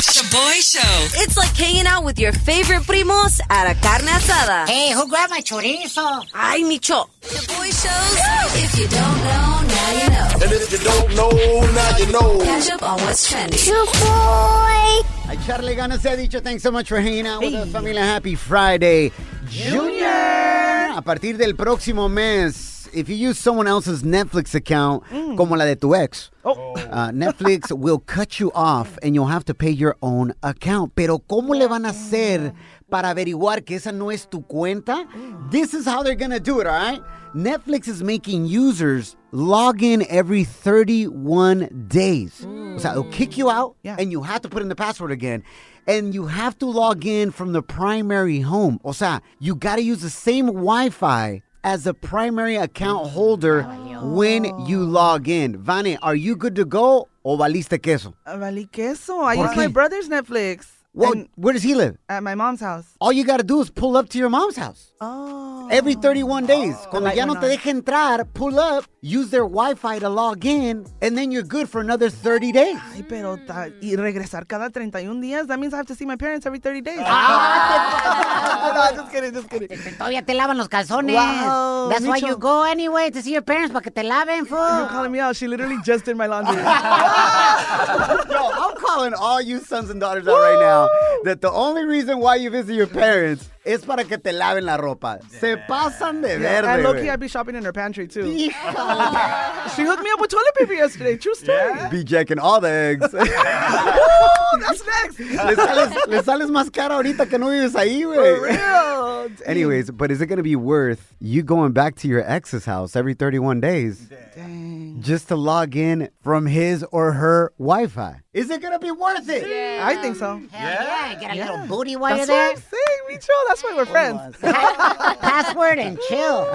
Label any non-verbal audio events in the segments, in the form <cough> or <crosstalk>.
Shaboy Show. It's like hanging out with your favorite primos at a carne asada. Hey, who grabbed my chorizo? Ay, Micho. Shaboy shows. If you don't know, now you know. And if you don't know, now you know. Catch up on what's trending. A echarle ganas se ha dicho. Thanks so much for hanging out with us, familia. Happy Friday, Junior. A partir del próximo mes, if you use someone else's Netflix account, como la de tu ex, uh, Netflix will cut you off and you'll have to pay your own account. Pero ¿cómo le van a hacer para averiguar que esa no es tu cuenta? This is how they're gonna do it, all right? Netflix is making users log in every 31 days. O sea, it'll kick you out Mm. Yeah. and you have to put in the password again. And you have to log in from the primary home. O sea, you got to use the same Wi Fi as the primary account holder when you log in. Vane, are you good to go o valiste queso? Uh, Vale queso. I Why? use my brother's Netflix. Well, and- where does he live? at my mom's house. All you got to do is pull up to your mom's house. Oh. Every 31 days. Cuando light ya no went te on. deja entrar, pull up, use their Wi-Fi to log in, and then you're good for another 30 days. Ay, pero ta- y regresar cada 31 días, that means I have to see my parents every 30 days. Ah. <laughs> no, just kidding, just kidding. Todavía Oh, te lavan los calzones. Wow, That's why Micho. you go anyway to see your parents para que te laven, You're fool. calling me out. She literally just did my laundry. Yo, I'm calling all you sons and daughters out right now that the only reason why you visit your parents is para que te laven la ropa. Se pasan de verde. and low key, güey. I'd be shopping in her pantry too. Hija. <laughs> She hooked me up with toilet paper yesterday. True story. Be jacking all the eggs. Woo, that's <laughs> next. le, sales, le sales más cara ahorita que no vives ahí, For güey. real. Anyways, but is it going to be worth you going back to your ex's house every 31 days Dang. just to log in from his or her Wi Fi? Is it going to be worth it? I think so. Yeah, you get a little booty while That's you're what there. I'm saying, Micho. That's why <laughs> we're friends. <laughs> <laughs> Password and chill.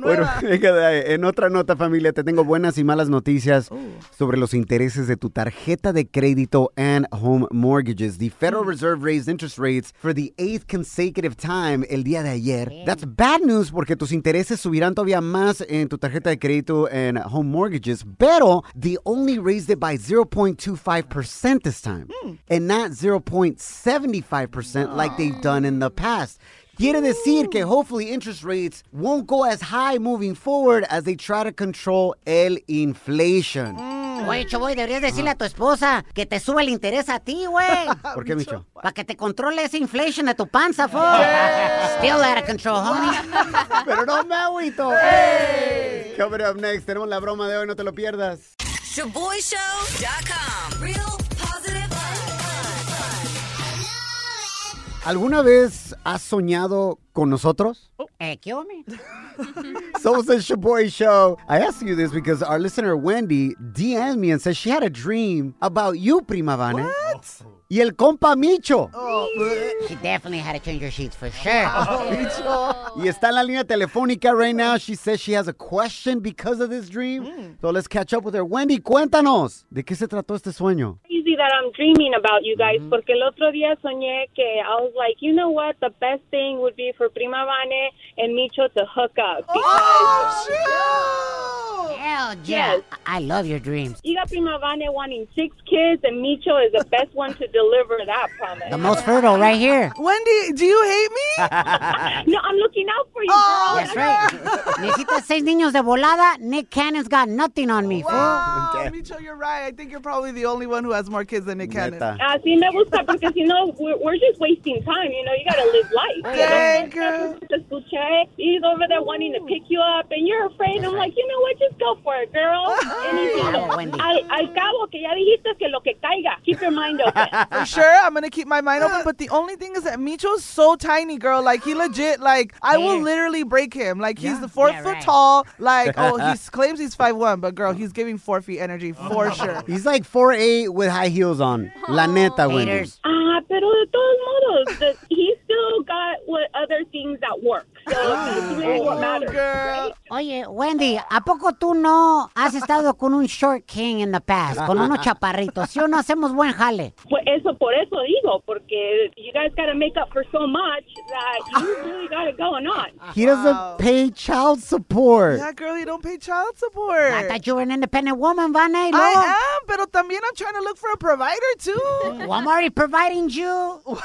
Bueno, <laughs> fíjate, en otra nota familia, te tengo buenas y malas noticias sobre los intereses de tu tarjeta de crédito and home mortgages. The Federal Reserve raised interest rates for the eighth consecutive time el día de ayer. That's bad news porque tus intereses subirán todavía más en tu tarjeta de crédito and home mortgages, pero they only raised it by 0.25% this time and not 0.75% like they've done in the past. Quiere decir que hopefully interest rates won't go as high moving forward as they try to control el inflation. Mm. Oye, Choboy, deberías decirle a tu esposa que te suba el interés a ti, güey. ¿Por qué, Micho? Para que te controle esa inflation de tu panza, fool. Still out of control, honey. Pero no me agüito. Coming up next, tenemos la broma de hoy, no te lo pierdas. ShaboyShow.com. Real positive fun. ¿Alguna vez has soñado con nosotros? Eh, ¿qué hombre? So says Shaboy Show. I asked you this because our listener Wendy DM'd me and said she had a dream about you, Prima Vane. What? Y el compa Micho. Oh. She definitely had to change your sheets for sure. Y está en la línea telefónica right now. She says she has a question because of this dream. So let's catch up with her. Wendy, cuéntanos. ¿De qué se trató este sueño? crazy that I'm dreaming about you guys porque el otro día soñé que I was like, you know what, the best thing would be for Prima Vane and Micho to hook up. Oh, Hell yeah. Yes. I I love your dreams. <laughs> You got Prima Vane wanting six kids and Micho is the best one to deliver that promise. The most fertile right here. shit. Wendy, do you hate <laughs> me? No, I'm looking out for you, girl. Oh, That's right. <laughs> Necesitas seis niños de volada. Nick Cannon's got nothing on me, fool. Wow, Micho, you're right. I think you're probably the only one who has more kids than Nick Cannon. Neta. <laughs> Así me gusta porque si no, we're, we're just wasting time. You know, you gotta live life. Dang, girl. Te escuché. He's over there wanting to pick you up, and you're afraid. I'm like, you know what? Just go for it, girl. Bravo, Wendy. Anything. Al, al cabo que ya dijiste que lo que caiga. Keep your mind <laughs> open. For sure, I'm gonna keep my mind open. But the only thing is that Micho's so tiny, girl. Like he legit, like I will Yeah. literally break him. Like he's the four Yeah, foot right. tall. <laughs> Like oh, he claims he's five one, but girl, he's giving four feet <laughs> energy for sure. He's like 4'8 with high heels on. La neta, Wendy. Haters. Ah, pero de todos modos, the, he still got what other things at work. <gasps> So it's really what matters. right? Oye, Wendy, ¿a poco tú no has estado con un short king in the past? Con <laughs> unos chaparritos. ¿Sí o no hacemos buen jale? Pues eso, por eso digo, porque you guys got to make up for so much that you really got it going on. He doesn't pay child support. Yeah, girl, you don't pay child support. I thought you were an independent woman, Vanna. y luego- I am, pero también I'm trying to look for a provider too. Well, I'm already providing you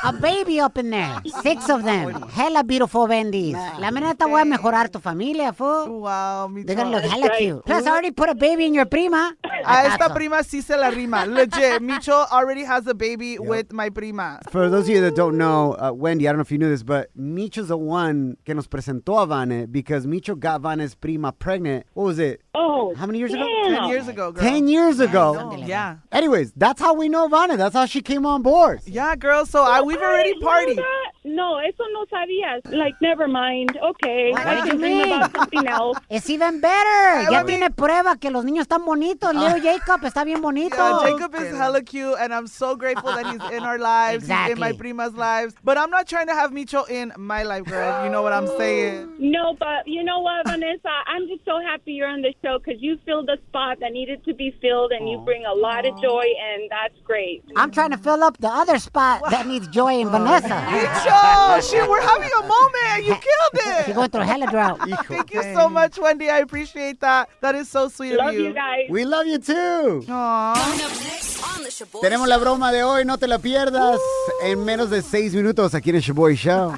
a baby up in there. Six of them. Hella beautiful Wendy's. La neta voy a mejorar tu familia, fool. wow, mi They're gonna look chava. hella cute. Plus, I already put a baby in your prima. A esta prima sí se la rima. Legit, Micho already has a baby with my prima. For those of you that don't know, uh, Wendy, I don't know if you knew this, but Micho's the one que nos presentó a Vane because Micho got Vane's prima pregnant. What was it? Oh, How many years ago? damn. Ten years ago, girl. Ten years ago. Yeah. Anyways, that's how we know Vane. That's how she came on board. Yeah, girl. So I, Ah, we've already You know partied. that? No, eso no sabías. Like, never mind. Okay, What I do can you dream mean? about something else. <laughs> It's even better. Ya Wendy. tiene prueba que los niños están bonitos. Leo Jacob está bien bonito. Ah. Yeah, Uh, Jacob is hella cute, and I'm so grateful that he's in <laughs> our lives, he's in my Exactly. prima's lives. But I'm not trying to have Micho in my life, girl. You know what I'm <gasps> saying? No, but you know <laughs> what, Vanessa? I'm just so happy you're on the show because you filled a spot that needed to be filled, and you bring a lot of joy, and that's great. I'm trying to fill up the other spot that needs Joy and Vanessa. Micho, shit, we're having a moment, and you You're killed it. going through a hella <laughs> drought. Thank you so much, Wendy. I appreciate that. That is so sweet Love of you. you guys. We love you too. Aw. Coming up next on the Shaboy Tenemos la broma de hoy, no te la pierdas. En menos de seis minutos aquí en el Showboy <laughs> Show.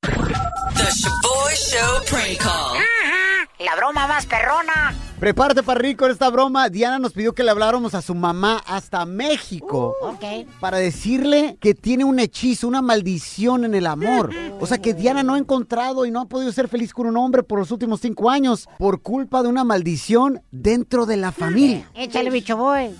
The Shaboy Show prank call. Mm-hmm. La broma más perrona. Prepárate para rico esta broma. Diana nos pidió que le habláramos a su mamá hasta México. Ok. Para decirle que tiene un hechizo, una maldición en el amor. O sea que Diana no ha encontrado y no ha podido ser feliz con un hombre por los últimos cinco años por culpa de una maldición dentro de la familia. Échale, bicho boy.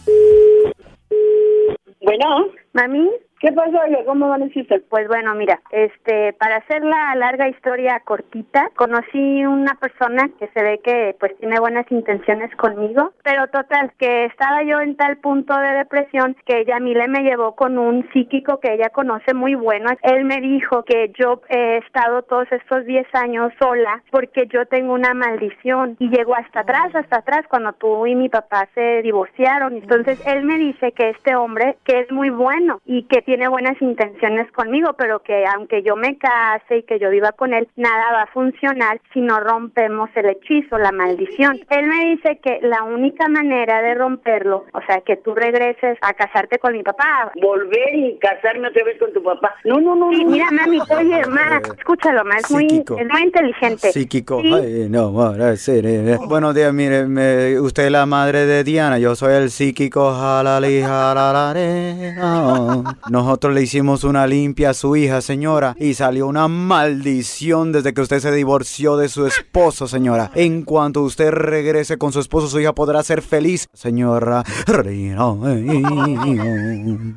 Bueno. Mami. ¿Qué pasó, oye? ¿Cómo amaneciste? Pues bueno, mira, este, para hacer la larga historia cortita, conocí una persona que se ve que pues tiene buenas intenciones conmigo, pero total, que estaba yo en tal punto de depresión que Yamile me llevó con un psíquico que ella conoce muy bueno. Él me dijo que yo he estado todos estos 10 años sola porque yo tengo una maldición y llegó hasta atrás, hasta atrás cuando tú y mi papá se divorciaron. Entonces él me dice que este hombre que es muy bueno y que tiene buenas intenciones conmigo, pero que aunque yo me case y que yo viva con él, nada va a funcionar si no rompemos el hechizo, la maldición. Él me dice que la única manera de romperlo, o sea, que tú regreses a casarte con mi papá, volver y casarme otra vez con tu papá. No, no, no. Sí, no. mira, mami, oye, ma, escúchalo, ma, es muy, Psíquico. es muy inteligente. Psíquico. Sí, Ay, no, ahora sí, eh, eh. Buenos días, mire, me- usted es la madre de Diana, yo soy el psíquico. jalali, jalalare, ah. Nosotros le hicimos una limpia a su hija, señora, y salió una maldición desde que usted se divorció de su esposo, señora. En cuanto usted regrese con su esposo, su hija podrá ser feliz, señora.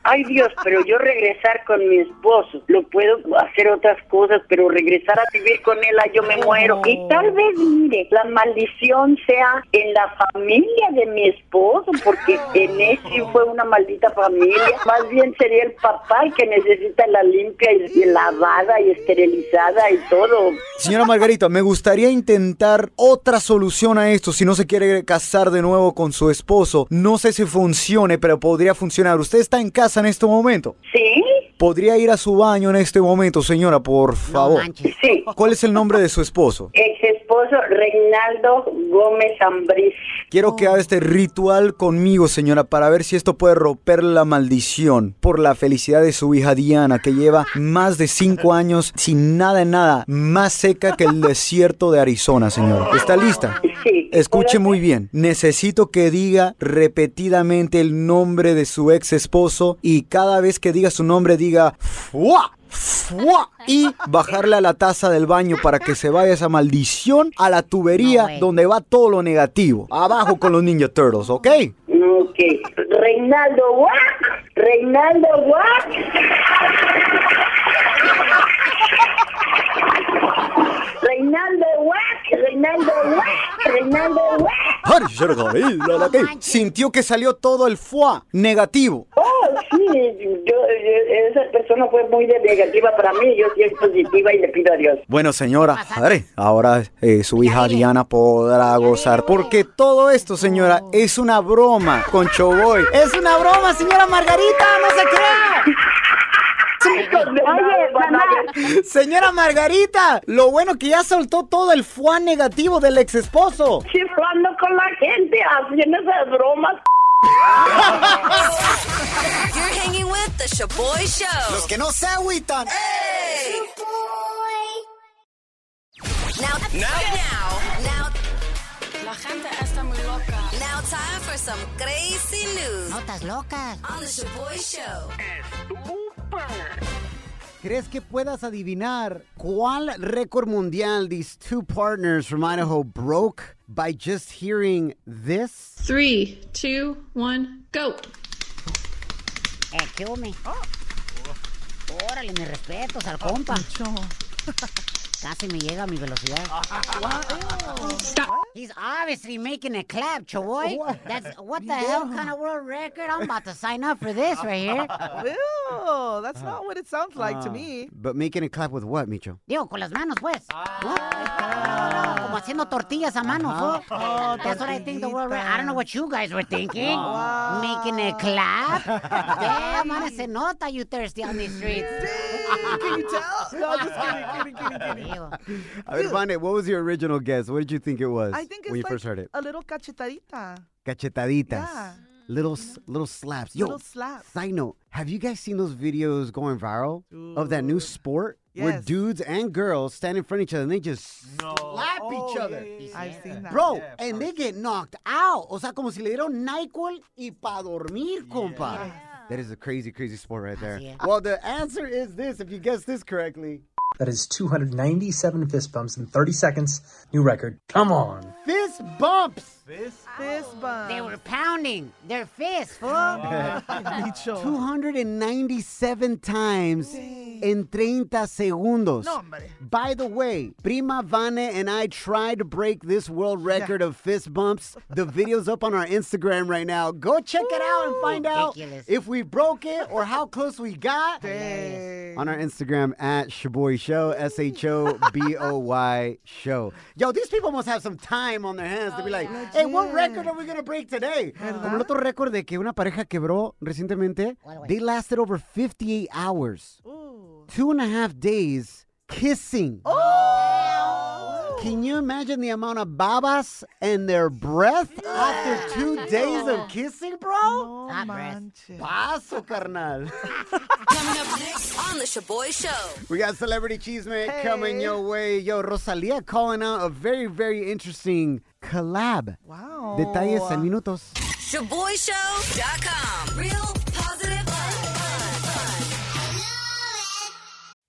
Ay Dios, pero yo regresar con mi esposo, lo puedo hacer otras cosas, pero regresar a vivir con él, ay, yo me muero. Y tal vez, mire, la maldición sea en la familia de mi esposo, porque en él sí fue una maldita familia. Más bien sería el papá el que necesita la limpia y, y lavada y esterilizada y todo. Señora Margarita, me gustaría intentar otra solución a esto. Si no se quiere casar de nuevo con su esposo, no sé si funcione, pero podría funcionar. Usted está en casa en este momento. ¿Sí? Podría ir a su baño en este momento, señora, por No favor. manches. Sí. ¿Cuál es el nombre de su esposo? Ex esposo Reinaldo Gómez Ambriz. Oh. Quiero que haga este ritual conmigo, señora, para ver si esto puede romper la maldición por la felicidad de su hija Diana, que lleva más de cinco años sin nada en nada, más seca que el desierto de Arizona, señora. ¿Está lista? Sí. Escuche Ahora muy bien. Necesito que diga repetidamente el nombre de su ex esposo y cada vez que diga su nombre diga ¡Fua! ¡Fua! Y bajarle a la taza del baño para que se vaya esa maldición a la No tubería way. donde va todo lo negativo. Abajo con los Ninja Turtles, ¿ok? Ok. Reinaldo Guac. Reinaldo Guac. Reinaldo Guac. Reinaldo Guac. Reinaldo Guac. Ay, Sintió que salió todo el fuá negativo. Oh, sí. yo, eh, esa persona fue muy de- negativa para mí, yo sí es positiva y le pido a Dios. Bueno, señora, padre, ahora eh, su hija Diana podrá gozar. Porque todo esto, señora, es una broma con Choboy. Es una broma, señora Margarita, no se crea. Oye, Señora Margarita, lo bueno que ya soltó todo el fuá negativo del ex esposo. chiflando con la gente, haciendo esas bromas. You're hanging with the Shaboy Show. Que no se agüitan. Now, now, now, now. La gente está muy loca. Now, time for some crazy news Notas locas. on the Shaboy Show. ¿Crees que puedas adivinar cuál récord mundial these two partners from Idaho broke by just hearing this? Three, two, one, go. Eh, ¿qué hume? Órale, mis respetos al Ah, compa. <laughs> Casi me llega a mi velocidad. He's obviously making a clap, Choboy. That's what the hell kind of world record? I'm about to sign up for this right here. <laughs> Ew, that's not what it sounds like Ah. to me. But making a clap with what, Micho? Digo, con las manos, pues. Ah. ¿No? Como haciendo tortillas a mano, fool. Oh, That's what I think the world record. I don't know what you guys were thinking. Making a clap. <laughs> Damn, man, se nota you thirsty on these streets. Can you <laughs> tell? No, I'm just kidding, kidding, kidding, kidding. Digo, A ver, Vane, what was your original guess? What did you think it was I think it's when you like first heard it? a little cachetadita. Cachetaditas. Yeah. Little s- little slaps. Yo, Little slap. side note, have you guys seen those videos going viral of that new sport where Yes. dudes and girls stand in front of each other and they just slap each other? Oh, I've seen that. Bro, and they get knocked out. O sea, como si le dieron NyQuil y pa dormir, compa. That is a crazy, crazy sport right there. Así es. Well, the answer is this, if you guess this correctly. That is 297 fist bumps in 30 seconds. New record. Come on. Fist bumps. This bun. They were pounding their fists, fool. Oh, <laughs> 297 times in 30 segundos. No, hombre. By the way, Prima Vane and I tried to break this world record of fist bumps. The video's up on our Instagram right now. Go check it out and find out Ridiculous. if we broke it or how close we got. On our Instagram at Shaboy Show, S H O B O Y Show. Yo, these people must have some time on their hands to be like, hey, what record are we going to break today? Como el otro récord de que una pareja quebró recientemente, ¿Cuál, güey? they lasted over 58 hours two and a half days kissing. Oh. Can you imagine the amount of babas and their breath after two days of kissing, bro? Oh, Hot breath. manches. Paso, carnal. <laughs> Coming up next on the Shaboy Show. We got celebrity cheese coming your way. Yo, Rosalia calling out a very, very interesting collab. Wow. Detalles en minutos. ShaboyShow.com. Real positive fun.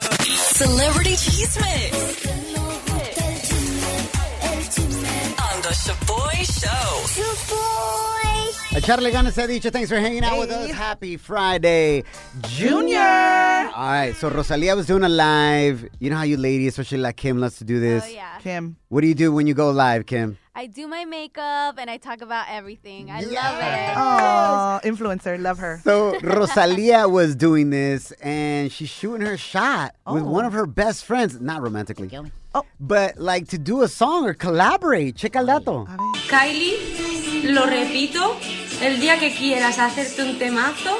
Celebrity Cheese Mix. On the Shaboy Show. A Charlie Gana se ha dicho, thanks for hanging out with us. Happy Friday, Junior. All right, so Rosalia was doing a live. You know how you ladies, especially like Kim, loves to do this. Kim. What do you do when you go live, Kim? I do my makeup and I talk about everything. I love it. Oh, influencer. Love her. <laughs> So Rosalia was doing this, and she's shooting her shot with one of her best friends, not romantically, Oh. but like to do a song or collaborate. Check al dato. Kylie, lo repito, El día que quieras hacerte un temazo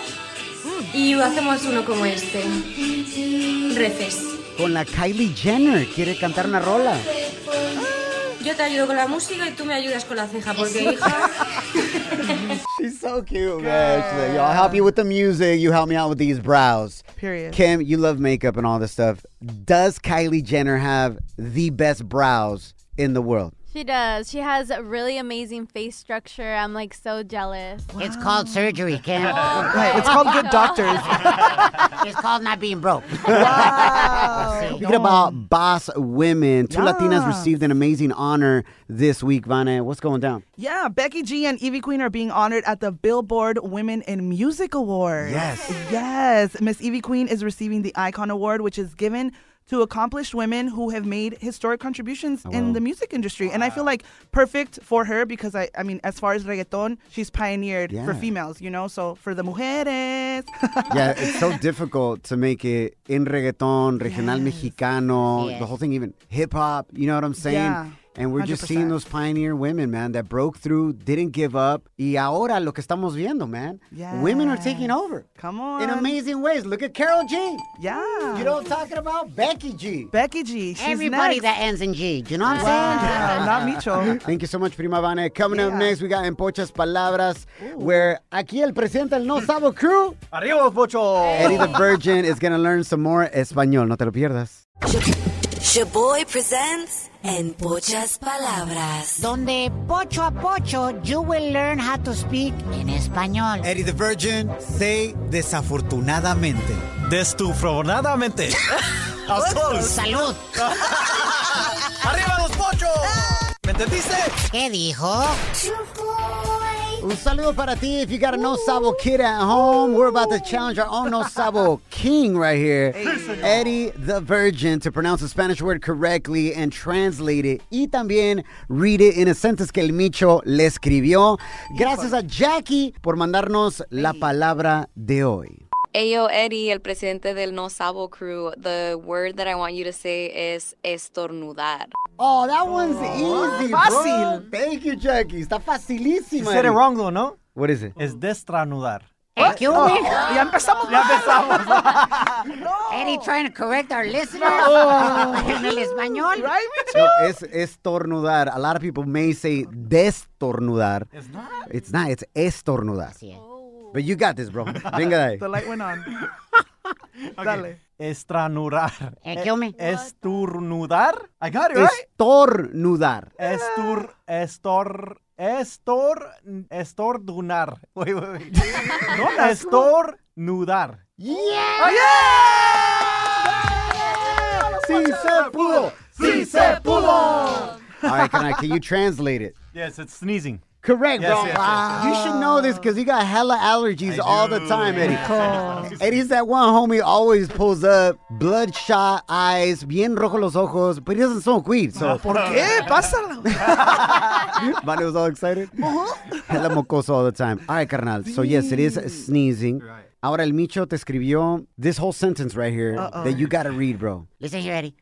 y hacemos uno como este. Reces. Con la Kylie Jenner quiere cantar una rola. Yo te ayudo con la música y tú me ayudas con la ceja, porque hija. She's so cute, man. She's like, yo, I'll help you with the music. You help me out with these brows. Period. Kim, you love makeup and all this stuff. Does Kylie Jenner have the best brows in the world? She does. She has a really amazing face structure. I'm like so jealous. It's called surgery, <laughs> Kim. Um, Oh, Right, it's called good doctors. <laughs> it's called not being broke. <laughs> Speaking about boss women, two Latinas Yeah. received an amazing honor this week, Vane. What's going down? Yeah, Becky G and Evie Queen are being honored at the Billboard Women in Music Awards. Yes. Yes. Miss Evie Queen is receiving the Icon Award, which is given to accomplished women who have made historic contributions Oh, in the music industry. And I feel like perfect for her because I I mean as far as reggaeton, she's pioneered for Yeah. females, you know? So for the mujeres. <laughs> yeah, it's <laughs> so difficult to make it in reggaeton, regional mexicano, the Yes. whole thing, even hip hop. You know what I'm saying? Yeah, And we're just seeing those pioneer women, man, that broke through, didn't give up. Y ahora lo que estamos viendo, man. Women are taking over. Come on. In amazing ways. Look at Carol G. Yeah. You know what I'm talking about? Becky G. Becky G. She's Everybody next. that ends in G. Do you know what I'm saying? <laughs> Thank you so much, Prima Vane. Coming up next, we got En Pochas Palabras, where aquí el presidente del No Sabo Crew, Arriba, Pocho. Eddie the Virgin, is going to learn some more español. No te lo pierdas. Shaboy presents En Pochas Palabras. Donde pocho a pocho, you will learn how to speak en español. Eddie the Virgin, say desafortunadamente. <laughs> Desafortunadamente. Salud. <laughs> ¡Arriba los pochos! ¿Me entendiste? ¿Qué dijo? Un saludo para ti. If you got a no sabo kid at home, we're about to challenge our own no sabo king right here, Eddie the Virgin, to pronounce the Spanish word correctly and translate it. Y también read it in a sentence que el Micho le escribió. Gracias a Jackie por mandarnos la palabra de hoy. Ayo Eddie, el presidente del No Sabo crew, the word that I want you to say is estornudar. Oh, that one's easy, bro. fácil. Oh. Thank you, Jackie. Está facilísima. You said it Eddie. wrong, though, ¿no? What is it? Es destranudar. Eh, ¿Qué hubo? Oh, Oh. <laughs> Ya empezamos. Ya empezamos. <laughs> Eddie trying to correct our listeners. <laughs> en el español. No, es estornudar. A lot of people may say destornudar. It's not. It's not. It's estornudar. But you got this, bro. Venga <laughs> de ahí. The light went on. Dale. Estranurar. Eh, ¿qué, hombre? Esturnudar. I got it, right? Estornudar. Estur, estor, estor, estordunar. <laughs> Wait, wait, wait. <laughs> No, estornudar. Oh, Yeah! ¡Sí se pudo! ¡Sí se pudo! All right, can I? Can you translate it? Yes, it's sneezing. Correct, Yes, bro. yes, yes, yes. Ah. You should know this because you got hella allergies all the time, <laughs> Eddie. Eddie's that one homie always pulls up, bloodshot eyes, bien rojo los ojos, but he doesn't smoke weed, Ah, so. ¿Por <laughs> qué? Pásalo. Vane was all excited. Uh-huh. Hella mocoso all the time. All right, carnal. So, yes, it is sneezing. Ahora el Micho te escribió this whole sentence right here Uh-uh. Uh-oh. that you gotta read, bro. Listen here, Eddie.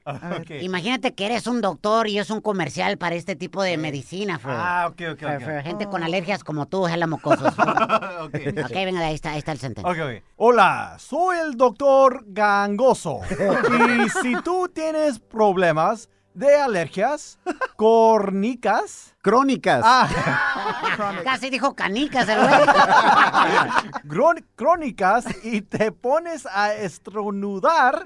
Imagínate que eres un doctor y es un comercial para este tipo de medicina, for, Ah, ok, ok, for- ok. for gente con alergias como tú, hella mocosos. Uh, <laughs> ok, venga, ahí está, ahí está el sentence. Ok, ok. Hola, soy el doctor Gangoso. y si tú tienes problemas de alergias, córnicas. ah, Crónicas. <laughs> Casi dijo canicas el güey. grón- crónicas y te pones a estronudar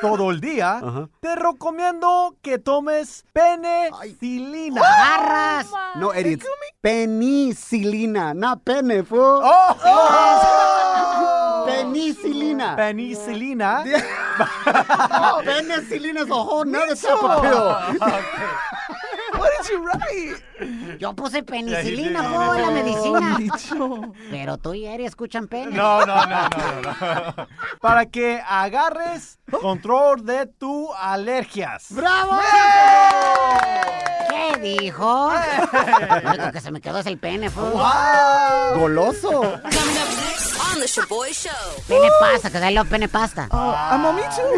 todo el día, te recomiendo que tomes penicilina. ¡Agarras! No, Eddie, it's penicillina, not pene, fool. Oh! Penicillina. Penicillina. penicillina Oh, is a whole nother type of pill. <laughs> What did you write? Yo puse penicilina, penicilina, po, por la la medicina. medicina. Pero tú y Eri escuchan pena. No, no, no, no, no, no. <laughs> Para que agarres control de tus alergias. ¡Bravo! ¿Qué dijo? Lo único que se me quedó es el pene, fue. Goloso. Coming up next on the Shaboy Show. Pene pasta, que dale pene pasta. I'm on me too.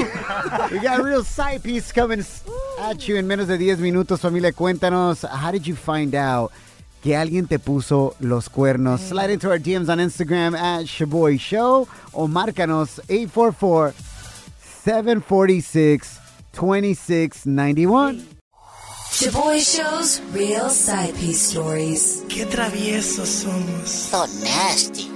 <laughs> We got a real side piece coming s- at you in menos de 10 minutos, familia. Cuéntanos, how did you find out que alguien te puso los cuernos. Slide into our DMs on Instagram at Shaboy Show o márcanos 844-746-2691. Shaboy Show's real side piece stories. Qué traviesos somos. So nasty.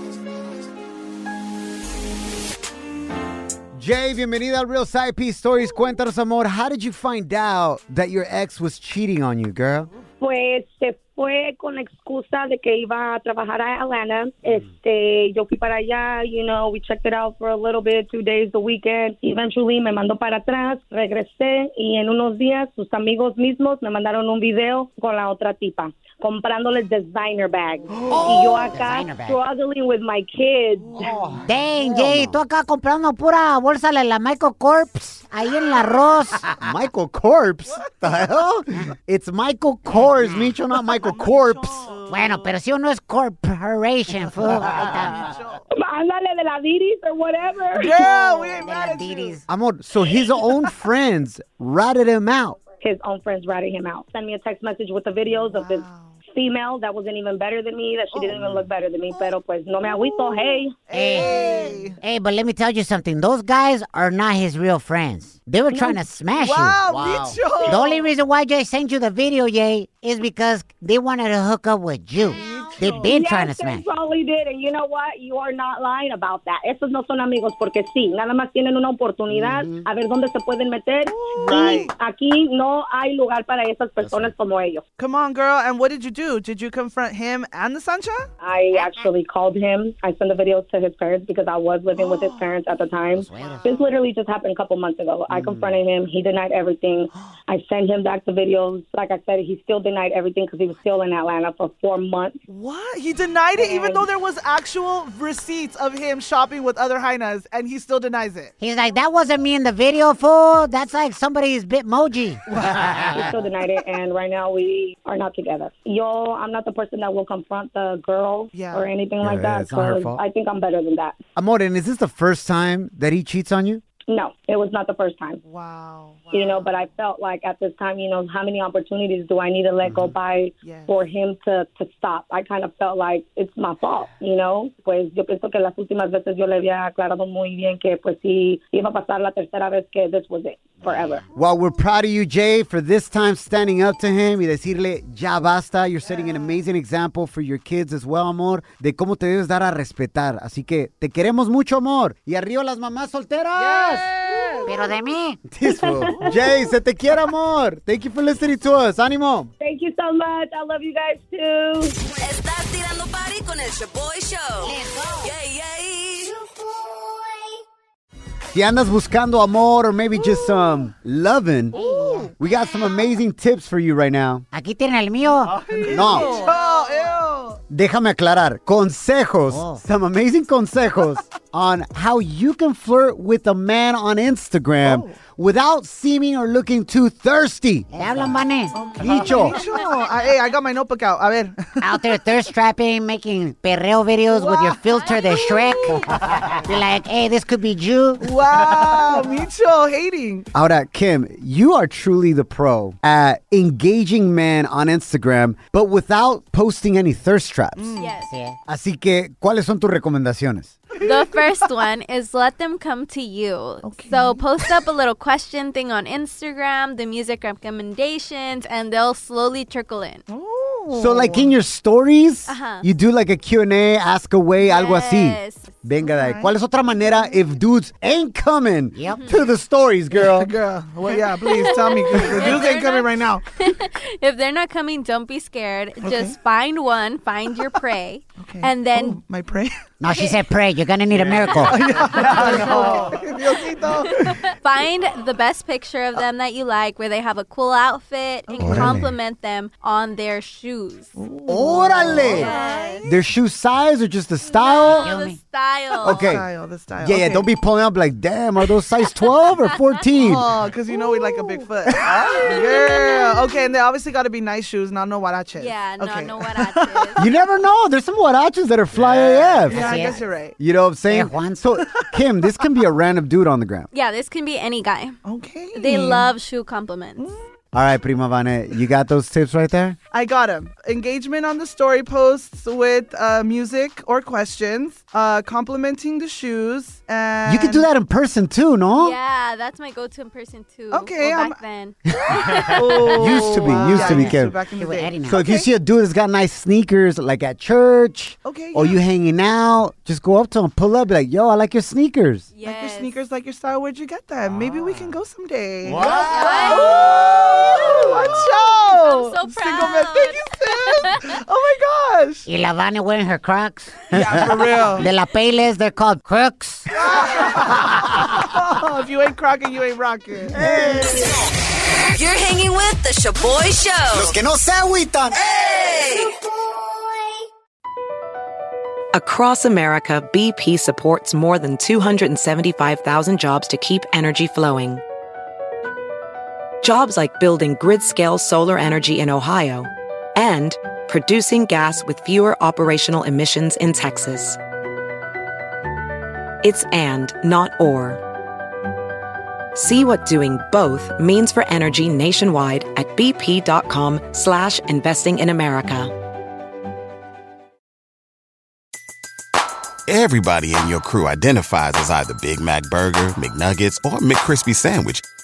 Jay, bienvenida al Real Side Piece Stories. Cuéntanos, amor, how did you find out that your ex was cheating on you, girl? Pues se fue con la excusa de que iba a trabajar a Atlanta. Este, yo fui para allá, you know, we checked it out for a little bit, two days, the weekend. Eventually me mandó para atrás, regresé y en unos días sus amigos mismos me mandaron un video con la otra tipa comprándoles <gasps> designer bags. y yo acá Designer bag. struggling with my kids. Dang, Jay, tú acá comprando pura bolsa de la Michael Corps ahí en el arroz. <laughs> Michael Corps? The <laughs> hell? It's Michael Kors, Micho, not Michael Corps. Bueno, pero si uno es corporation, fool. <laughs> Ándale de la diris or whatever. Yeah, we ain't mad at you. Amor, so his own friends ratted him out. his own friends ratted him out. Sent me a text message with the videos of this female that wasn't even better than me, that she didn't Oh. even look better than me. Pero pues no me agüito, hey. Hey. Hey, but let me tell you something. Those guys are not his real friends. They were trying to smash Wow, you. Wow. Micho. The only reason why Jay sent you the video, Jay, is because they wanted to hook up with you. They've been yes, trying to they smash. probably did, and you know what? You are not lying about that. Esos no son amigos porque sí, nada más tienen una oportunidad Mm-hmm. a ver dónde se pueden meter. Y aquí no hay lugar para esas personas como ellos. Come on, girl. And what did you do? Did you confront him and the Sancha? I actually called him. I sent the videos to his parents because I was living with his parents at the time. This literally just happened a couple months ago. I confronted him. He denied everything. I sent him back the videos. Like I said, he still denied everything because he was still in Atlanta for four months. What? He denied it, even though there was actual receipts of him shopping with other hyenas, and he still denies it. He's like, that wasn't me in the video, fool. That's like somebody's <laughs> bitmoji. he <laughs> still denied it, and right now we are not together. Yo, I'm not the person that will confront the girl or anything Yeah, like yeah, that. it's not her so fault. I think I'm better than that. Amor, and is this the first time that he cheats on you? No, it was not the first time. Wow. You know, but I felt like at this time, you know, how many opportunities do I need to let go by for him to, to stop? I kind of felt like it's my fault, you know? Pues yo pienso que las últimas veces yo le había aclarado muy bien que pues si iba a pasar la tercera vez que this was it, forever. Well, we're proud of you, Jay, for this time standing up to him y decirle, ya basta. You're setting an amazing example for your kids as well, amor, de cómo te debes dar a respetar. Así que te queremos mucho, amor. Y arriba las mamás solteras. Pero de mí. This fool. Jay, se te quiere, amor. Thank you for listening to us. Ánimo. Thank you so much. I love you guys too. Estás tirando party con el Shaboy Show. Yeah, <laughs> yeah. Si andas buscando amor or maybe just some loving, we got some amazing tips for you right now. Aquí tienen el mío. No. Déjame aclarar. Consejos. Some amazing consejos on how you can flirt with a man on Instagram without seeming or looking too thirsty. ¿Te hablan, Vané? Micho. I, hey, I got my notebook out. A ver. <laughs> Out there thirst trapping, making perreo videos with your filter, the Shrek. You're like, hey, this could be you. Wow, Micho hating. Ahora, Kim, you are truly the pro at engaging men on Instagram, but without posting any thirst traps. Mm. Yes. Así que, ¿cuáles son tus recomendaciones? The first one is let them come to you. So post up a little question thing on Instagram, the music recommendations, and they'll slowly trickle in. So, like in your stories, Ajá. you do like a Q&A, ask away, algo así. Yes. Venga, de ahí. ¿cuál es otra manera if dudes ain't coming Yep. to the stories, girl? girl, well, yeah, please tell me. 'cause The If dudes they're ain't coming not- right now. <laughs> if they're not coming, don't be scared. Just find one, find your prey, and Oh. then My prey. No, she said, pray. You're going to need a <laughs> miracle. <laughs> <laughs> find the best picture of them that you like where they have a cool outfit and Órale. compliment them on their shoes. Órale. Their shoe size or just the style? No, the style. Okay. the style. Yeah, yeah, Okay. don't be pulling up like, damn, are those size 12 or <laughs> 14? Oh, because you know we like a big <laughs> foot. Ah. yeah. Okay, and they obviously got to be nice shoes, not no huaraches. Yeah, no, okay. no You never know. There's some huaraches that are fly AF. Yeah, I guess you're right. You know what I'm saying? So, Kim, this can be a random dude on the ground. Yeah, this can be any guy. Okay. They love shoe compliments. All right, Prima Vane, you got those tips right there? I got them. Engagement on the story posts with uh, music or questions, uh, complimenting the shoes, and You could do that in person too, no? Yeah, that's my go-to in person too. Okay, well, I'm- back then. used to be, used to be, used to Kim. back in the Okay, we're day. adding So if you see a dude that's got nice sneakers, like at church, Okay, or you hanging out, just go up to him, pull up, be like, "Yo, I like your sneakers." like your sneakers, like your style. Where'd you get them? Maybe we can go someday. What? Ooh, macho! I'm so Single man. Thank you, sis. Oh my gosh. Y la Vane wearing her Crocs. Yeah, for real. <laughs> De la Payless, they're called Crooks. <laughs> Oh, if you ain't crocking, you ain't rocking. You're hanging with the Shaboy Show. Los que no se agüitan. Hey! Across America, BP supports more than 275,000 jobs to keep energy flowing. Jobs like building grid scale solar energy in Ohio and producing gas with fewer operational emissions in Texas. It's and, not or. See what doing both means for energy nationwide at bp.com slash investing in America. Everybody in your crew identifies as either Big Mac Burger, McNuggets, or McCrispy Sandwich.